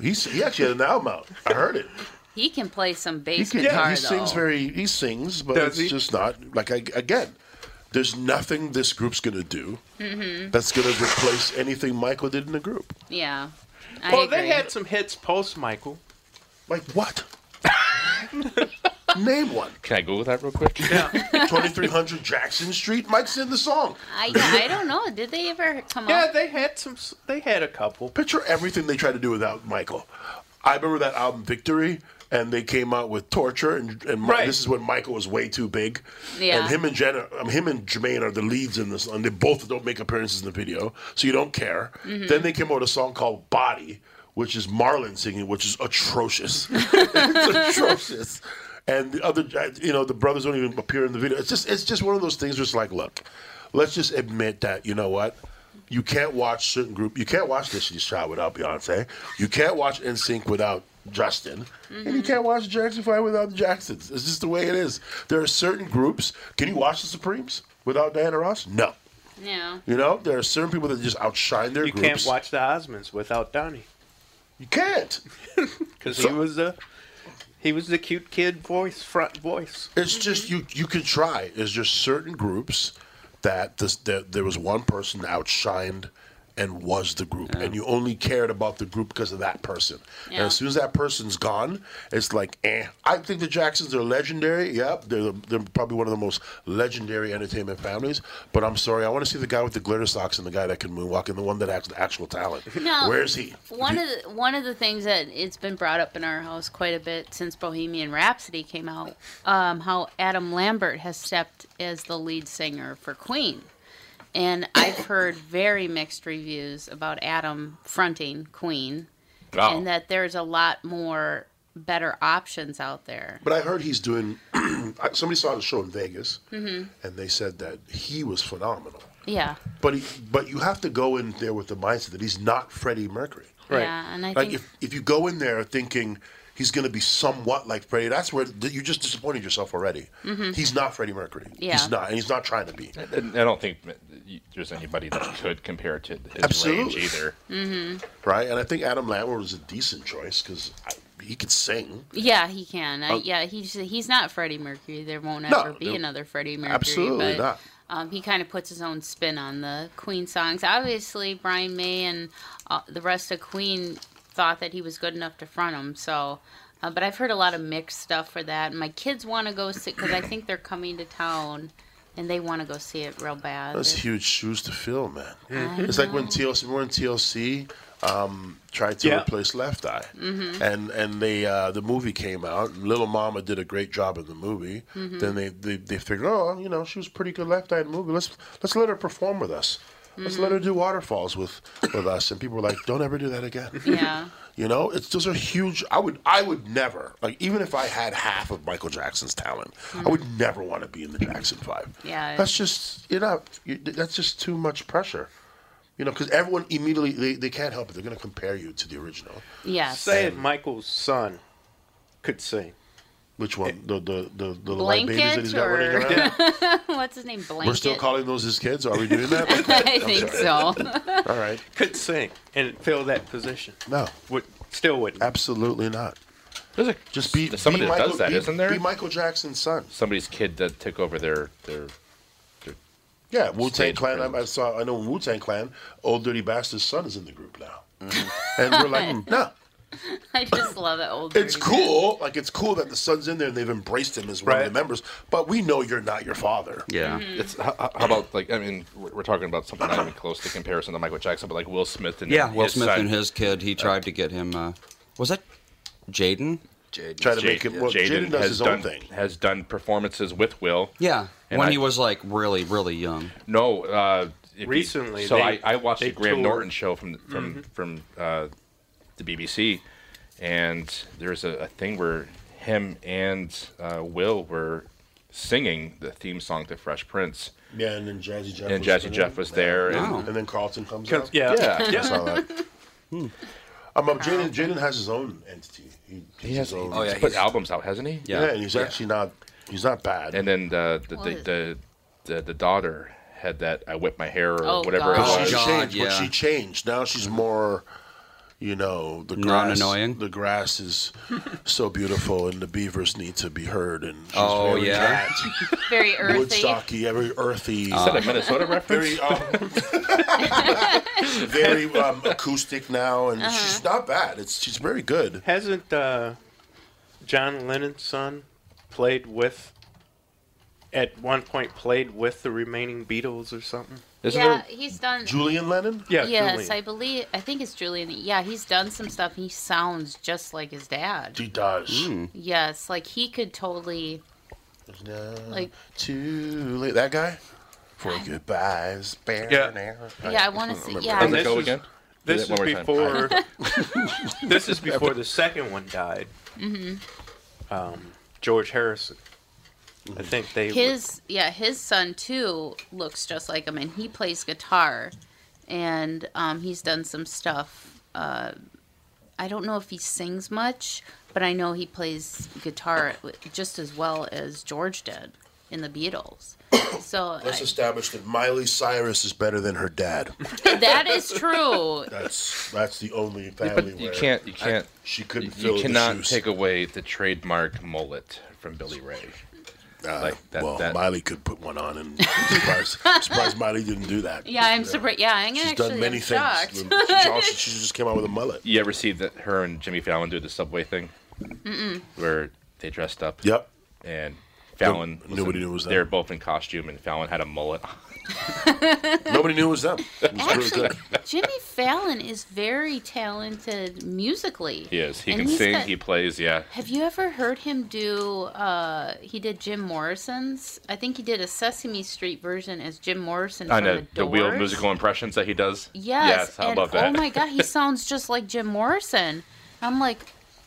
He's, he actually had an album out. I heard it. He can play some He, bass can, guitar he though. sings very. He sings, but Does it's he? just not like I, again. There's nothing this group's gonna do hmm that's gonna replace anything Michael did in the group. Yeah. I well, agree. they had some hits post Michael. Like what? Name one. Can I Google that real quick? Yeah. 2300 Jackson Street. Mike's in the song. I, I don't know. Did they ever come Yeah, up? they had some. They had a couple. Picture everything they tried to do without Michael. I remember that album Victory, and they came out with Torture, and, and Mi- this is when Michael was way too big. Yeah. And him and Jenna, um, him and Jermaine are the leads in this, and they both don't make appearances in the video, so you don't care. Mhm. Then they came out with a song called Body, which is Marlon singing, which is atrocious. it's atrocious. And the other, uh, you know, the brothers don't even appear in the video. It's just, it's just one of those things. Where it's like, look, let's just admit that you know what, you can't watch certain group, you can't watch Destiny's Child without Beyonce, you can't watch NSYNC without Justin, and you can't watch Jackson Five without the Jacksons. It's just the way it is. There are certain groups. Can you watch the Supremes without Diana Ross? No. Yeah. You know, there are certain people that just outshine their You groups. can't watch the Osmonds without Donnie. You can't. Because he was the he was the cute kid voice front voice. It's just you. You can try. It's just certain groups that this, that there was one person that outshined and was the group, and you only cared about the group because of that person. And Yeah. as soon as that person's gone, it's like, eh. I think the Jacksons are legendary. Yep, they're the, they're probably one of the most legendary entertainment families. But I'm sorry, I want to see the guy with the glitter socks and the guy that can moonwalk and the one that has the actual talent. No. Where's he? One of the, one of the things that it's been brought up in our house quite a bit since Bohemian Rhapsody came out, um, how Adam Lambert has stepped as the lead singer for Queen, and I've heard very mixed reviews about Adam fronting Queen, Oh. and that there's a lot more better options out there. But I heard he's doing. somebody saw the show in Vegas, Mhm. and they said that he was phenomenal. Yeah. But he, but you have to go in there with the mindset that he's not Freddie Mercury. Right. Yeah, and I like think- if, if you go in there thinking he's going to be somewhat like Freddie, that's where th- you just disappointed yourself already. Mm-hmm. Mhm. He's not Freddie Mercury. Yeah. He's not, and he's not trying to be. I I don't think there's anybody that could compare to his Absolutely. range either. Mm-hmm. Right, and I think Adam Lambert was a decent choice because he could sing. Yeah, he can. I, Uh, yeah, he's he's not Freddie Mercury. There won't No, ever be there- another Freddie Mercury. absolutely but, not. Um, he kind of puts his own spin on the Queen songs. Obviously, Brian May and uh, the rest of Queen thought that he was good enough to front him. So, uh, but I've heard a lot of mixed stuff for that. And my kids want to go see because I think they're coming to town, and they want to go see it real bad. That's It's- huge shoes to fill, man. I It's like when TLC, when TLC um, tried to Yeah. replace Left Eye, Mhm. and and they uh, the movie came out. And Little Mama did a great job in the movie. Mhm. Then they, they they figured, oh, you know, she was pretty good Left Eye in the movie. Let's let's let her perform with us. Let's let her do waterfalls with with us." And people were like, "Don't ever do that again." Yeah. You know, it's those are huge. I would, I would never like even if I had half of Michael Jackson's talent, I would never want to be in the Jackson Five. Yeah. that's just you're not. You, that's just too much pressure. You know, because everyone immediately they, they can't help it. They're going to compare you to the original. Yes. Say it, Michael's son could sing. Which one? The the the, the white babies that he's Blanket got running or around. what's his name? Blanket. We're still calling those his kids. Are we doing that? I I'm think sorry. so. All right. Could sing and fill that position. No. Would still wouldn't. Absolutely not. Just be There's somebody be that Michael, does that, be- not there? Be Michael Jackson's son. Somebody's kid that took over their their. their Yeah, Wu Tang stage Clan. presence. I, I saw. I know Wu Tang Clan. Old Dirty Bastard's son is in the group now, Mm-hmm. and we're like, no, I just love it. Old. it's dirty cool. Like it's cool that the son's in there and they've embraced him as one Right. of the members. But we know you're not your father. Yeah, Hmm. it's how, how how about like I mean we're, we're talking about something not even close to comparison to Michael Jackson, but like Will Smith and Yeah, Will his Smith son. and his kid. He tried to get him. Uh, was that Jaden? Jaden. Try to make it- well, Jaden does has his own done, thing. Has done performances with Will. Yeah, And when I- he was like really, really young. No, uh, if you- Recently, so they- I, I watched they the Graham toured. Mm-hmm. Norton show from from from uh, the BBC, and there's a, a thing where him and uh, Will were singing the theme song to Fresh Prince. Yeah, and then Jazzy Jeff. And was Jazzy in it. Jeff was there, and- Wow. and, then Carlton comes Comes- out. yeah. Yeah. I saw that. Um, uh, Jaden Jaden has his own entity. He, He has. his own. Oh, yeah, he's put albums out, hasn't he? Yeah, and he's actually not. He's not bad. And then the the the, the, the, the daughter had that I whip my hair or whatever. But It she was. changed. But she changed. Now she's more, you know, the grass. Non-annoying? The grass is so beautiful, and the beavers need to be heard. And she's Oh, very yeah. bastard. Very cat, earthy. Woodstocky, every earthy. Is that a Minnesota reference? Very, um, very um, acoustic now, and Uh-huh. she's not bad. It's she's very good. Hasn't uh, John Lennon's son played with? At one point, played with the remaining Beatles or something. yeah, he's done. Lennon? Yeah, yes, Julian. I believe. I think it's Julian. Yeah, he's done some stuff. He sounds just like his dad. He does. Yes, like he could totally. No, Like- too late. That guy for goodbyes. Yeah, Yeah, I wanna see- yeah, I And this is- This is before. this is before the second one died. hmm Um, George Harrison. I think they. His yeah, his son too looks just like him, and he plays guitar, and um, he's done some stuff. Uh, I don't know if he sings much, but I know he plays guitar just as well as George did in the Beatles. So Let's establish that Miley Cyrus is better than her dad. that is true. That's that's the only Yeah, family. But you where can't. You can't. I- she couldn't. You fill cannot The shoes. take away the trademark mullet from Billy Ray. like that. Uh, well, that- Miley could put one on, and I'm surprised, I'm surprised Miley didn't do that. Yeah, I'm surprised. Yeah, I'm She's actually done many I'm things. shocked. She's also- she just came out with a mullet. you ever see that her and Jimmy Fallon do the subway thing Mm-mm. where they dressed up? Yep. And Fallon. No- nobody knew it was them. They were both in costume, and Fallon had a mullet. Nobody knew it was them. It was really Actually- good. Jimmy Fallon is very talented musically. He is. He And can he's sing. got- He plays. Yeah. Have you ever heard him do? Uh, he did Jim Morrison's. I think he did a Sesame Street version as Jim Morrison. I from know the, uh, the, wheel Doors. musical impressions that he does. Yes, I and love that. oh my god, he sounds just like Jim Morrison. I'm like,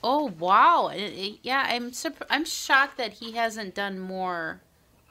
oh wow, It- it- yeah. I'm surp- I'm shocked that he hasn't done more.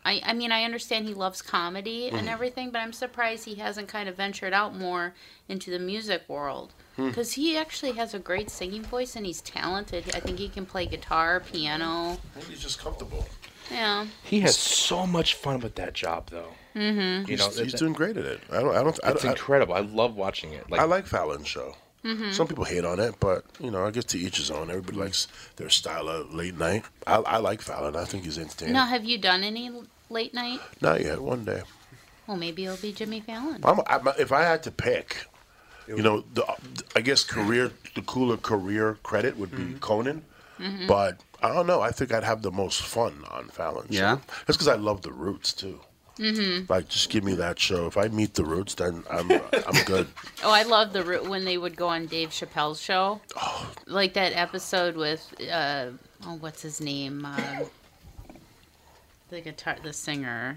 I I mean, I understand he loves comedy and Mhm. everything, but I'm surprised he hasn't kind of ventured out more into the music world Hmm. because he actually has a great singing voice and he's talented. I think he can play guitar, piano. He's just comfortable. Yeah. He has so much fun with that job, though. Mm-hmm. You know, he's, he's that- doing great at it. I don't. I don't. I Oh, It's don't- I- incredible. I love watching it. Like, I like Fallon's show. Mm-hmm. Mhm. Some people hate on it, but you know, I guess to each his own. Everybody likes their style of late night. I, I like Fallon. I think he's entertaining. Now, have you done any l- late night? Not yet. One day. Well, maybe it'll be Jimmy Fallon. I'm, I'm, if I had to pick, you know, the, I guess career, the cooler career credit would be Conan, Mm-hmm. Mhm. but I don't know. I think I'd have the most fun on Fallon. show. Yeah? that's because I love the Roots too. Mm-hmm. Like, just give me that show. If I meet the Roots, then I'm uh, I'm good. Oh, I love the root when they would go on Dave Chappelle's show. Oh. Like that episode with uh, oh, what's his name? Um, the guitar, the singer,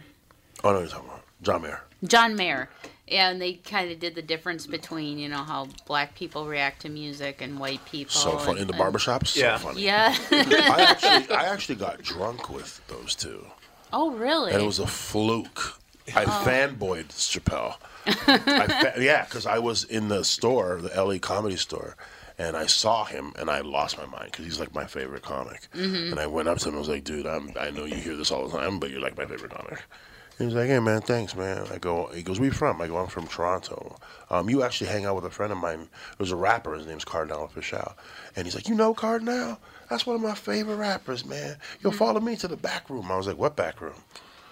Oh no, you're talking about John Mayer. John Mayer, and they kind of did the difference between you know how black people react to music and white people. So fun and- in the and- barbershops. So Oh, Yeah. funny. Yeah. I actually, I actually got drunk with those two, Oh really? and it was a fluke. I Oh. fanboyed Chappelle. I fa- yeah, because I was in the store, the LA comedy store, and I saw him, and I lost my mind because he's like my favorite comic. Mm-hmm. Mhm. And I went up to him, I was like, "Dude, I'm, I know you hear this all the time, but you're like my favorite comic." He was like, "Hey man, thanks man." I go, he goes, "Where you from?" I go, "I'm from Toronto." Um, you actually hang out with a friend of mine. It was a rapper. His name's Cardinal Fischel, and he's like, "You know Cardinal? That's one of my favorite rappers, man. You'll Mm-hmm. follow me to the back room." I was like, "What back room?"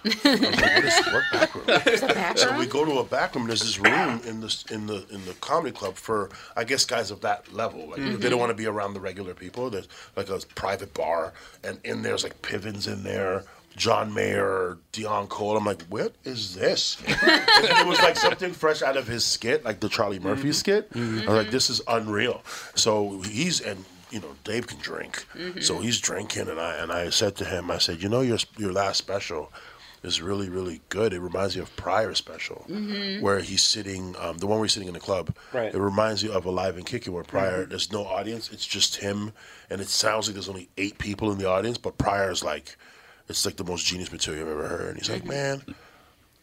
I was like, what is, what back room? so we go to a back room. There's this room in the in the in the comedy club for I guess guys of that level. Like Mhm. they don't want to be around the regular people. There's like a private bar, and in there's like Pivens in there. John Mayer, Dion Cole. I'm like, what is this? and it was like something fresh out of his skit, like the Charlie Murphy skit. I was like, this is unreal. So he's and you know Dave can drink, Mhm. so he's drinking, and I and I said to him, I said, you know your your last special is really really good. It reminds me of Pryor special Mhm. where he's sitting, um, the one where he's sitting in the club. Right. It reminds you of Alive and Kicking where Pryor there's no audience, it's just him, and it sounds like there's only eight people in the audience, but Pryor's like, it's like the most genius material I've ever heard, and he's like, man.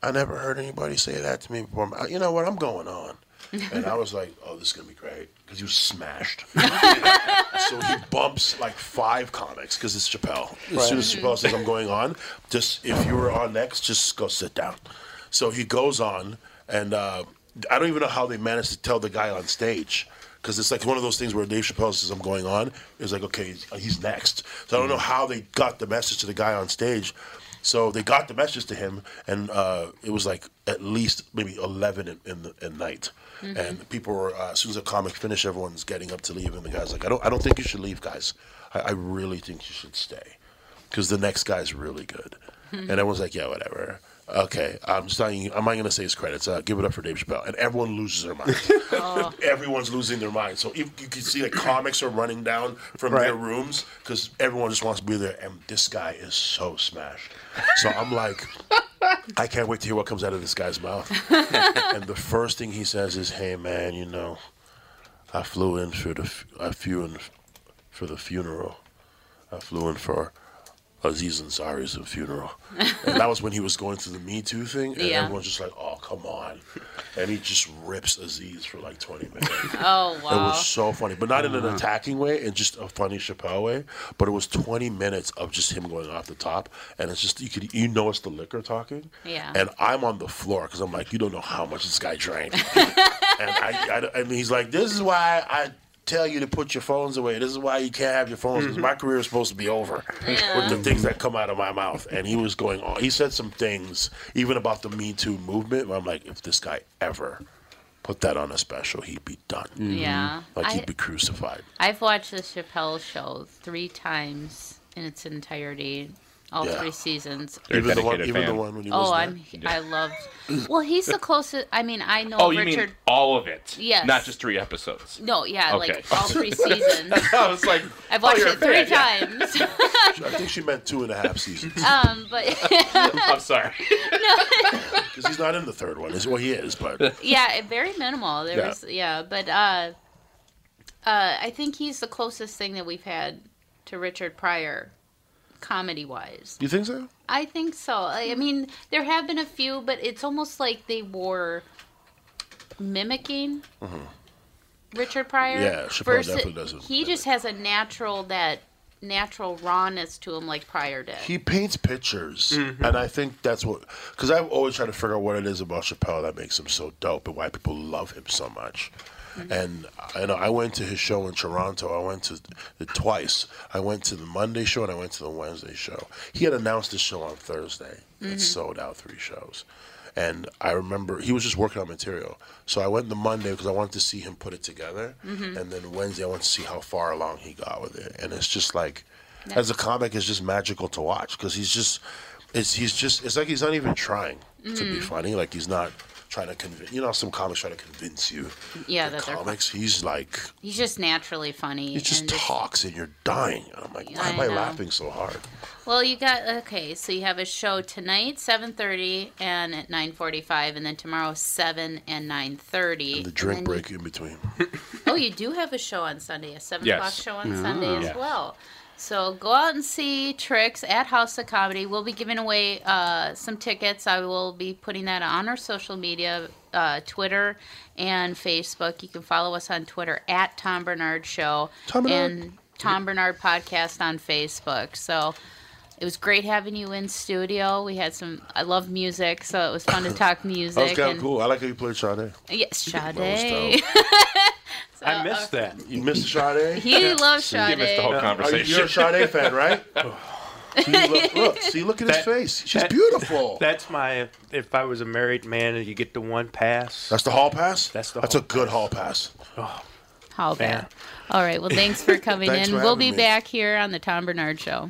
I never heard anybody say that to me before. I- You know what? I'm going on. And I was like, oh, this is going to be great. Because he was smashed. so he bumps like five comics because it's Chappelle. As soon as Right. Chappelle says, I'm going on, just if you were on next, just go sit down. So he goes on, and uh, I don't even know how they managed to tell the guy on stage. Because it's like one of those things where Dave Chappelle says, I'm going on. It's like, okay, he's- he's next. So I don't know how they got the message to the guy on stage. So they got the message to him, and uh, it was like at least maybe eleven in, in the in night. Mhm. And people were uh, as soon as the comic finished, everyone's getting up to leave, and the guy's like, "I don't, I don't think you should leave, guys. I, I really think you should stay, because the next guy's really good." and everyone's like, "Yeah, whatever." Okay, I'm just not. even- I'm not going to say his credits. Uh, give it up for Dave Chappelle, and everyone loses their mind. Everyone's losing their mind. So you, you can see like comics are running down from Right. their rooms because everyone just wants to be there. And this guy is so smashed. So I'm like, I can't wait to hear what comes out of this guy's mouth. and the first thing he says is, "Hey man, you know, I flew in for the f- I flew in for the funeral. I flew in for Aziz Ansari's funeral, and that was when he was going through the Me Too thing, and Yeah. everyone's just like, "Oh come on," and he just rips Aziz for like twenty minutes. Oh It wow. was so funny, but not in an attacking way, in just a funny Chappelle way. But it was 20 minutes of just him going off the top, and it's just you could you know it's the liquor talking. Yeah. And I'm on the floor because I'm like, you don't know how much this guy drank. and I, I, and he's like, this is why I tell you to put your phones away. This is why you can't have your phones. 'cause My career is supposed to be over with the things that come out of my mouth. And he was going on. He said some things even about the Me Too movement. Where I'm like, if this guy ever put that on a special, he'd be done. Mm. Yeah. Like I- he'd be crucified. I've watched the Chappelle show three times in its entirety, all Yeah. three seasons. You're a Even the one- dedicated even fan. the one when he oh, was I'm I loved. Well, he's the closest. I mean, I know oh, you Richard. mean all of it? Yes. Not just three episodes. No, yeah, Okay. like all three seasons. I was like, I've oh, watched you're a it three fan, times. I think she meant two and a half seasons. um, but I'm sorry. Because he's not in the third one. Is well, he is, but yeah, it- very minimal. There Yeah. was yeah, but uh, uh, I think he's the closest thing that we've had to Richard Pryor, comedy wise. you think so? I think so. I, Hmm. I mean, there have been a few, but it's almost like they were mimicking Mhm. Richard Pryor. Yeah, Chappelle definitely doesn't He just has a natural that natural rawness to him, like Pryor did. He paints pictures, and I think that's what. Because I've always tried to figure out what it is about Chappelle that makes him so dope and why people love him so much. And I know I went to his show in Toronto. I went to it twice. I went to the Monday show and I went to the Wednesday show. He had announced the show on Thursday. Mhm. It sold out three shows. And I remember he was just working on material. So I went the Monday because I wanted to see him put it together. Mhm. And then Wednesday, I wanted to see how far along he got with it. And it's just like, Yeah. as a comic, it's just magical to Mm. watch because he's just, it's he's just, it's like he's not even trying to be Mhm. funny. Like he's not trying to convince. You know, how some comics try to convince you. Yeah, that they're Comics, he's like he's just naturally funny. he just and just- talks and you're dying. And I'm like, Yeah, why I am I know. laughing so hard? Well, you got okay. So you have a show tonight, seven thirty, and at nine forty-five, and then tomorrow seven and nine thirty. The drink break in between. Oh, you do have a show on Sunday, a seven Yes. o'clock show on Ah. Sunday as Yes. well. So go out and see Tricks at House of Comedy. We'll be giving away uh, some tickets. I will be putting that on our social media, uh, Twitter and Facebook. You can follow us on Twitter at Tom Bernard Show Tom Bernard. and Tom Bernard Podcast on Facebook. So it was great having you in studio. We had some. I love music, so it was fun to talk music. That was kind and- of cool. I like how you played Sade. Yes, That was Sade. I missed that. You missed Sade? He loves See, you missed the whole Sade. conversation. You're a Sade fan, right? See, look, look, see, look at his face. She's beautiful. That's my. If I was a married man, and you get the one pass. That's the hall pass. That's the. That's a good hall pass. How bad. Man. All right. Well, thanks for coming Thanks in. for we'll having be me. back here on the Tom Bernard Show.